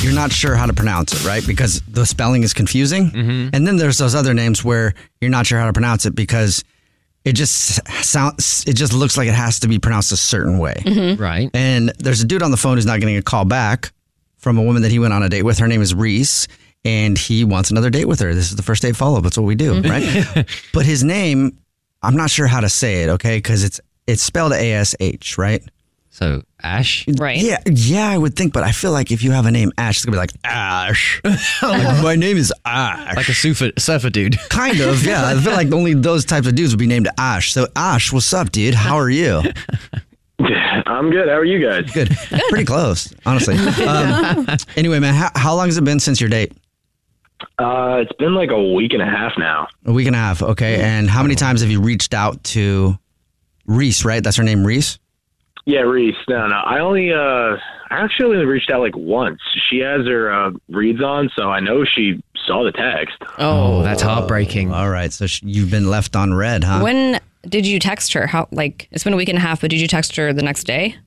you're not sure how to pronounce it, right? Because the spelling is confusing. And then there's those other names where you're not sure how to pronounce it because it just sounds it just looks like it has to be pronounced a certain way. Right. And there's a dude on the phone who's not getting a call back from a woman that he went on a date with. Her name is Reese, and he wants another date with her. This is the first date follow up. That's what we do, right? but his name, I'm not sure how to say it, okay? Because it's it's spelled A S H, right? So Ash. Right. Yeah, yeah, I would think, but I feel like if you have a name Ash, it's gonna be like Ash. Like, my name is Ash. Like a surfer, surfer dude. Kind of, yeah. I feel like only those types of dudes would be named Ash. So Ash, what's up, dude? How are you? I'm good. How are you guys? Good. Pretty close, honestly. Um, anyway, man, how, how long has it been since your date? Uh, it's been like a week and a half now. A week and a half, okay. And how many times have you reached out to Reese? Right, that's her name, Reese. Yeah, Reese. No, no. I only, uh, I actually only reached out like once. She has her uh, reads on, so I know she saw the text. Oh, that's heartbreaking. All right, so sh- you've been left on red, huh? When did you text her? How like it's been a week and a half, but did you text her the next day?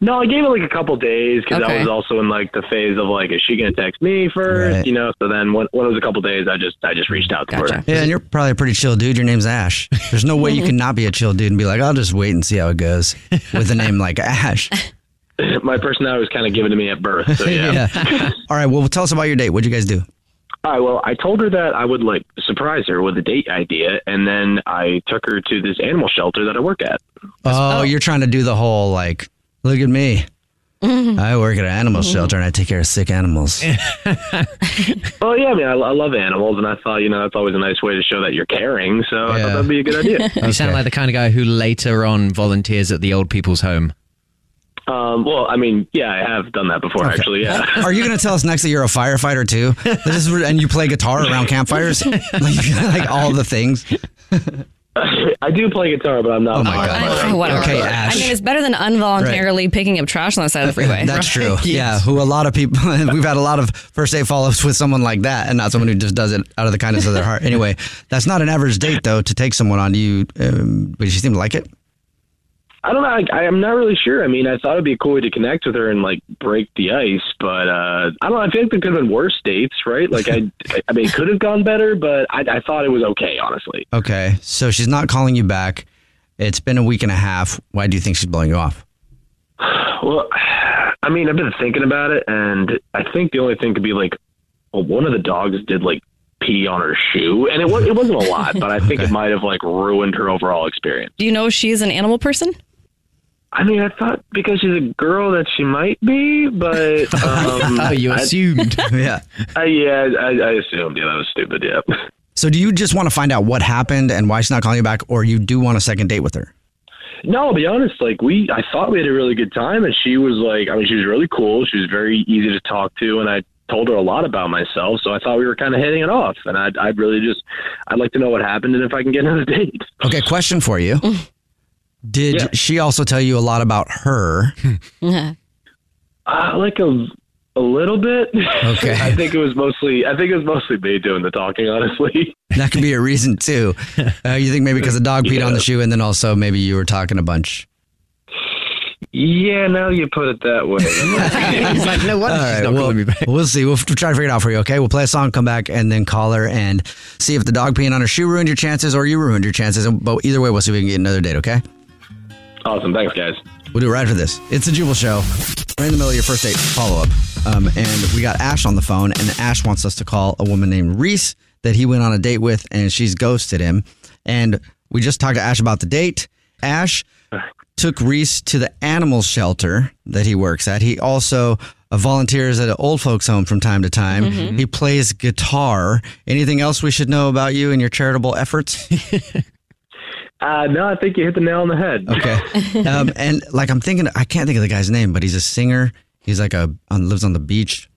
No, I gave it like a couple days because I Okay. was also in like the phase of like, is she gonna text me first? Right. You know. So then when, when it was a couple days, I just I just reached out to Gotcha. her. Yeah, and you're probably a pretty chill dude. Your name's Ash. There's no way you can not be a chill dude and be like, I'll just wait and see how it goes with a name like Ash. My personality was kind of given to me at birth. So yeah. yeah. All right. Well, tell us about your date. What'd you guys do? All right. Well, I told her that I would like surprise her with a date idea, and then I took her to this animal shelter that I work at. Uh, Oh, you're trying to do the whole like, look at me. Mm-hmm. I work at an animal shelter and I take care of sick animals. Well, Oh, yeah, I mean, I, I love animals, and I thought, you know, that's always a nice way to show that you're caring. So I Yeah. thought that'd be a good idea. You sound like the kind of guy who later on volunteers at the old people's home. um, well, I mean, yeah, I have done that before, actually. Yeah. Are you going to tell us next that you're a firefighter too? This is and you play guitar around campfires, like, like all the things. I do play guitar, but I'm not. Oh my God. Oh, whatever. Okay, Ash. I mean, it's better than involuntarily picking up trash on the side of the freeway. That's true. Yeah, who a lot of people we've had a lot of first date follow ups with someone like that, and not someone who just does it out of the kindness of their heart. Anyway, that's not an average date though to take someone on. Do you? Um, but she seem to like it. I don't know. I, I, am not really sure. I mean, I thought it'd be a cool way to connect with her and like break the ice, but uh, I don't. know. I feel like there could have been worse dates, right? Like I, I mean, it could have gone better, but I, I thought it was okay, honestly. Okay, so she's not calling you back. It's been a week and a half. Why do you think she's blowing you off? Well, I mean, I've been thinking about it, and I think the only thing could be like, well, one of the dogs did like pee on her shoe, and it was it wasn't a lot, but I think it might have like ruined her overall experience. Do you know she's an animal person? I mean, I thought because she's a girl that she might be, but um, Oh, you I, assumed. yeah. I, yeah, I, I assumed. Yeah, that was stupid. Yeah. So do you just want to find out what happened and why she's not calling you back, or you do want a second date with her? No, I'll be honest. Like we, I thought we had a really good time, and she was like, I mean, she was really cool. She was very easy to talk to, and I told her a lot about myself. So I thought we were kind of hitting it off, and I'd, I'd really just, I'd like to know what happened and if I can get another date. Okay, question for you. Did Yeah. she also tell you a lot about her? Uh, like a, a little bit. Okay. I think it was mostly, I think it was mostly me doing the talking, honestly. That could be a reason too. Uh, you think maybe because the dog peed on Yeah. the shoe, and then also maybe you were talking a bunch. Yeah, now you put it that way. He's like, no wonder All she's right, not well, calling me back. we'll see. We'll f- try to figure it out for you. Okay, we'll play a song, come back, and then call her and see if the dog peeing on her shoe ruined your chances or you ruined your chances. But either way, we'll see if we can get another date. Okay, awesome. Thanks, guys. we'll do it right after this. It's a Jubal Show. We're in the middle of your first date follow up, um, and we got Ash on the phone, and Ash wants us to call a woman named Reese that he went on a date with, and she's ghosted him. And we just talked to Ash about the date. Ash took Reese to the animal shelter that he works at. He also uh, volunteers at an old folks home from time to time. He plays guitar. Anything else we should know about you and your charitable efforts? Uh, no, I think you hit the nail on the head. Okay. Um, and like I'm thinking, I can't think of the guy's name, but he's a singer. He's like a on, lives on the beach,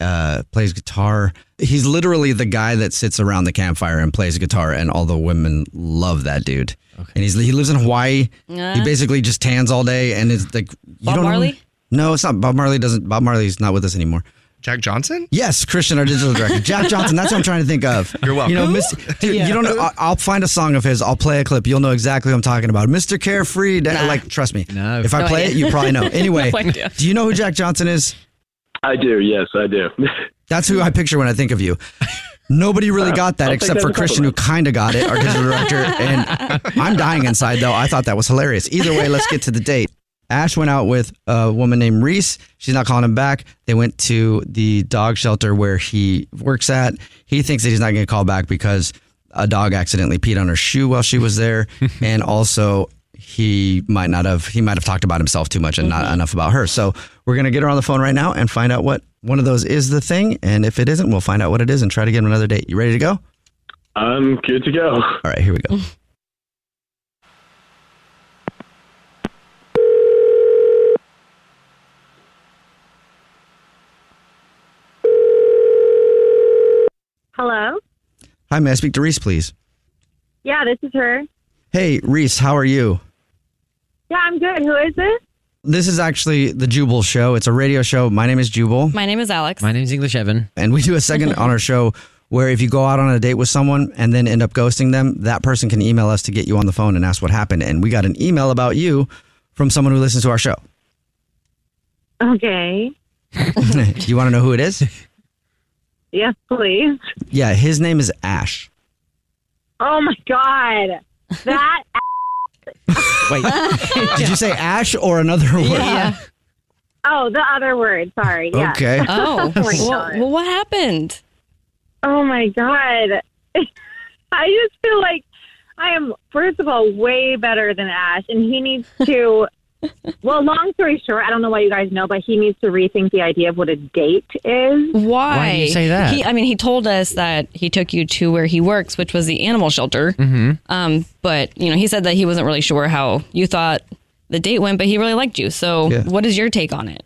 uh, plays guitar. He's literally the guy that sits around the campfire and plays guitar, and all the women love that dude. And he's he lives in Hawaii. He basically just tans all day, and it's like you Uh-huh. Bob don't know- Marley? no, it's not Bob Marley. Doesn't Bob Marley's not with us anymore. Jack Johnson? Yes, Christian, our digital director, Jack Johnson. That's what I'm trying to think of. You're welcome. You know, Miss, dude, you don't. Know, I- I'll find a song of his. I'll play a clip. You'll know exactly what I'm talking about. Mr. Carefree. da- Like, trust me. No. If I No play idea. it, you probably know. Anyway, No idea. do you know who Jack Johnson is? I do. Yes, I do. That's who I picture when I think of you. Nobody really got that Uh, I'll take except that for as a Christian, who kind of got it, our digital director. And I'm dying inside, though. I thought that was hilarious. Either way, let's get to the date. Ash went out with a woman named Reese. She's not calling him back. They went to the dog shelter where he works at. He thinks that he's not going to call back because a dog accidentally peed on her shoe while she was there. and also, he might not have he might have talked about himself too much and not enough about her. So we're gonna get her on the phone right now and find out what one of those is the thing. And if it isn't, we'll find out what it is and try to get him another date. You ready to go? I'm good to go. All right, here we go. Hello? Hi, may I speak to Reese, please? Yeah, this is her. Hey, Reese, how are you? Yeah, I'm good. Who is this? This is actually the Jubal Show. It's a radio show. My name is Jubal, My name is Alex. My name's English Evan. and we do a segment on our show where if you go out on a date with someone and then end up ghosting them, that person can email us to get you on the phone and ask what happened. And we got an email about you from someone who listens to our show. Okay. you want to know who it is? Yes, please. Yeah, his name is Ash. Oh my God. That Wait, did you say Ash or another word? Yeah. oh, the other word. Sorry. Yeah. Okay. Oh. Oh my well, God. well, what happened? Oh my God. I just feel like I am first of all way better than Ash and he needs to well, long story short, I don't know why you guys know, but he needs to rethink the idea of what a date is. Why? Why do you say that? He, I mean, he told us that he took you to where he works, which was the animal shelter. Mm-hmm. Um, but you know, he said that he wasn't really sure how you thought the date went, but he really liked you. So, Yeah. what is your take on it?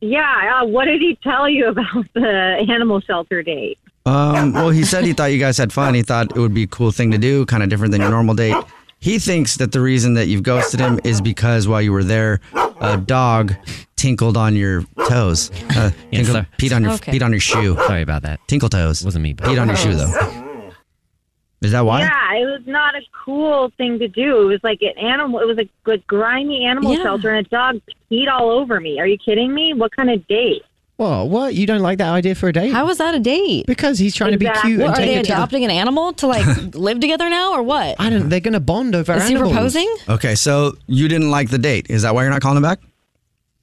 Yeah, uh, what did he tell you about the animal shelter date? Um, well, he said he thought you guys had fun. He thought it would be a cool thing to do, kind of different than your normal date. He thinks that the reason that you've ghosted him is because while you were there, a dog tinkled on your toes, uh, Yeah, tinkled, sorry. peed on your Okay. peed on your shoe, Sorry about that. tinkle toes. Wasn't me, but- Peed on your shoe though. Is that why? Yeah, it was not a cool thing to do. It was like an animal. It was a good grimy animal Yeah. shelter, and a dog peed all over me. Are you kidding me? What kind of date? What? What? You don't like that idea for a date? How was that a date? Because he's trying to be Exactly. cute What, and are take they it to the. adopting an animal to like live together now, or what? I don't. They're going to bond over Is he animals. proposing? Okay, so you didn't like the date. Is that why you're not calling him back?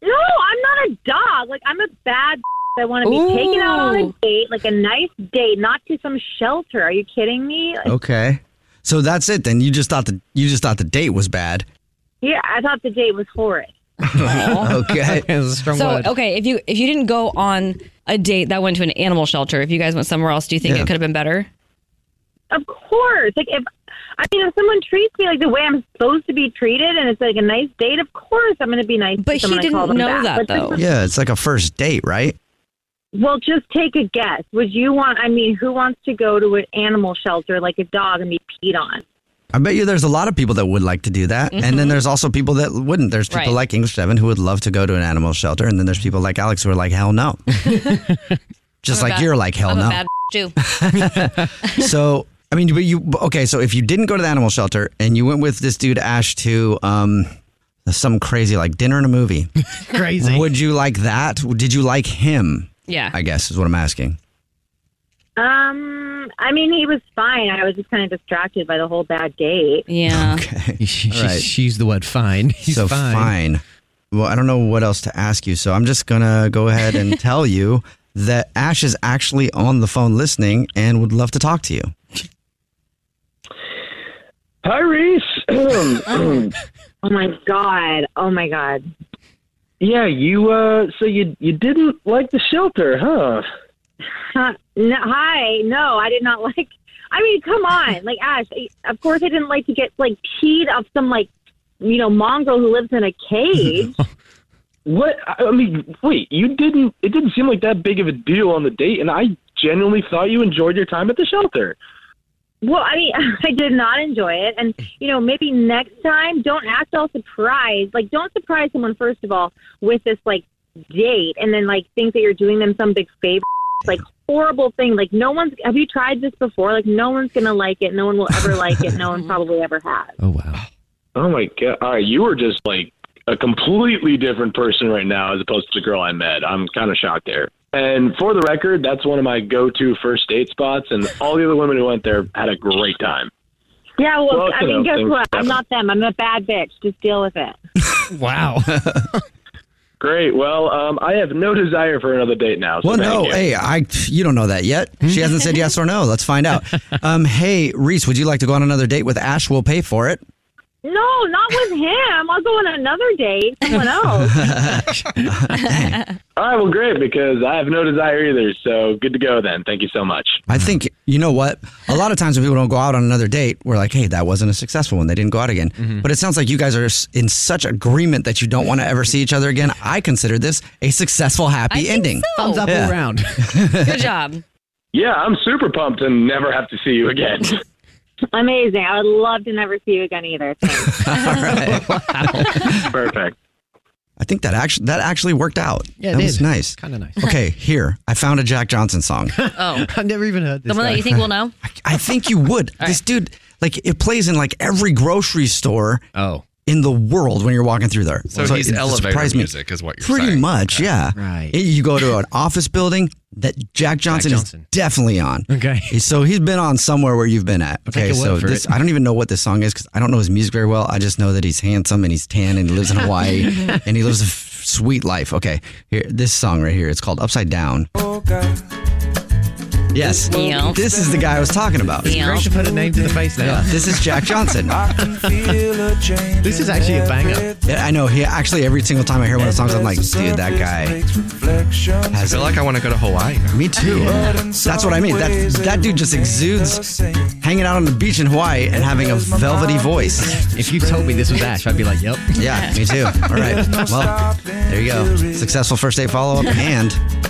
No, I'm not a dog. Like I'm a bad. I want to be Ooh. taken out on a date, like a nice date, not to some shelter. Are you kidding me? Oh. Okay, so that's it then. You just thought the you just thought the date was bad. Yeah, I thought the date was horrid. Oh. Okay. That's a strong So, word. okay, if you if you didn't go on a date that went to an animal shelter, if you guys went somewhere else, do you think Yeah. it could have been better? Of course, like if I mean, if someone treats me like the way I'm supposed to be treated, and it's like a nice date, of course I'm going to be nice. to But he someone and didn't call them know back. that, But this though. was- Yeah, it's like a first date, right? Well, just take a guess. Would you want? I mean, who wants to go to an animal shelter like a dog and be peed on? I bet you there's a lot of people that would like to do that. And then there's also people that wouldn't. There's people Mm-hmm. Right. like English Seven who would love to go to an animal shelter. And then there's people like Alex who are like, hell no. Just I'm a like bad- you're like, hell I'm no. a bad too. so, I mean, but you, but okay, so if you didn't go to the animal shelter and you went with this dude, Ash, to um, some crazy like dinner and a movie, Crazy. would you like that? Did you like him? Yeah. I guess is what I'm asking. Um, I mean, he was fine. I was just kind of distracted by the whole bad date. Yeah. Okay. She, All right. She's the word fine. He's so fine. fine. Well, I don't know what else to ask you, so I'm just gonna go ahead and tell you that Ash is actually on the phone listening and would love to talk to you. Hi, Reese. Oh my god! Oh my god! yeah, you. Uh, so you you didn't like the shelter, huh? Huh, no, hi, no, I did not like. I mean, come on, like Ash. I- Of course, I didn't like to get like peed off some like you know mongrel who lives in a cage. What? I I mean, wait. You didn't. It didn't seem like that big of a deal on the date, and I genuinely thought you enjoyed your time at the shelter. well, I mean, I did not enjoy it, and you know maybe next time don't act all surprised. Like, don't surprise someone first of all with this like date, and then like think that you're doing them some big favor. It's, Like horrible thing. Like no one's. Have you tried this before? Like no one's gonna like it. No one will ever like it. No one probably ever has. Oh, wow. Oh my god! All right, you were just like a completely different person right now as opposed to the girl I met. I'm kind of shocked there. And for the record, that's one of my go-to first date spots, and all the other women who went there had a great time. Yeah, well, Well, I you mean, know, guess things what? I'm happen. not them. I'm a bad bitch. Just deal with it. Wow. Great. Well, um, I have no desire for another date now. So well, thank no, you. hey, I you don't know that yet. She hasn't said yes or no. Let's find out. Um, hey, Reese, would you like to go on another date with Ash? We'll pay for it. No, not with him. I'll go on another date. Someone else. All right, well, great because I have no desire either. So good to go then. Thank you so much. I think you know what. A lot of times when people don't go out on another date, we're like, "Hey, that wasn't a successful one. They didn't go out again." Mm-hmm. But it sounds like you guys are s- in such agreement that you don't want to ever see each other again. I consider this a successful, happy think ending. so. Thumbs up Yeah. all round. Good job. Yeah, I'm super pumped to never have to see you again. Amazing. I would love to never see you again either. Thanks. All right. Perfect. I think that actually that actually worked out. Yeah, that it was did. nice. Kind of nice. Okay, here I found a Jack Johnson song. Oh. I've never even heard this. Someone that guy. you think will know? I, I think you would. this dude, like, it plays in like every grocery store Oh, in the world when you're walking through there. so, he's it elevator surprised music, is what you're Pretty saying. much, yeah. Right. It- you go to an office building that Jack Johnson, Johnson. is definitely on. Okay. He- So he's been on somewhere where you've been at. take Okay. your word So for this, it. I don't even know what this song is because I don't know his music very well. I just know that he's handsome and he's tan and he lives in Hawaii and he lives a f- sweet life. Okay. Here, this song right here. It's called Upside Down. Yes. Yeah. This is the guy I was talking about. Yeah. Grace should put a name to the face now. Yeah, this is Jack Johnson. Yeah, This is actually a banger. I know. He actually every single time I hear one of the songs, I'm like, dude, that guy I has feel like I want to go to Hawaii. Me too. That's what I mean. That that dude just exudes hanging out on the beach in Hawaii and having a velvety voice. If you told me this was Ash, I'd be like, yep. Yeah, me too. All right. Well, there you go. Successful first date follow up and a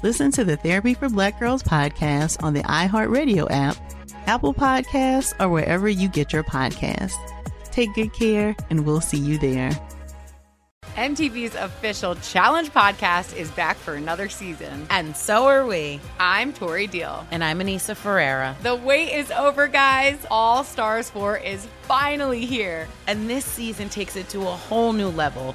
Listen to the Therapy for Black Girls podcast on the iHeartRadio app, Apple Podcasts, or wherever you get your podcasts. Take good care, and we'll see you there. MTV's official challenge podcast is back for another season. And so are we. I'm Tori Deal. And I'm Anissa Ferreira. The wait is over, guys. All Stars 4 is finally here. And this season takes it to a whole new level.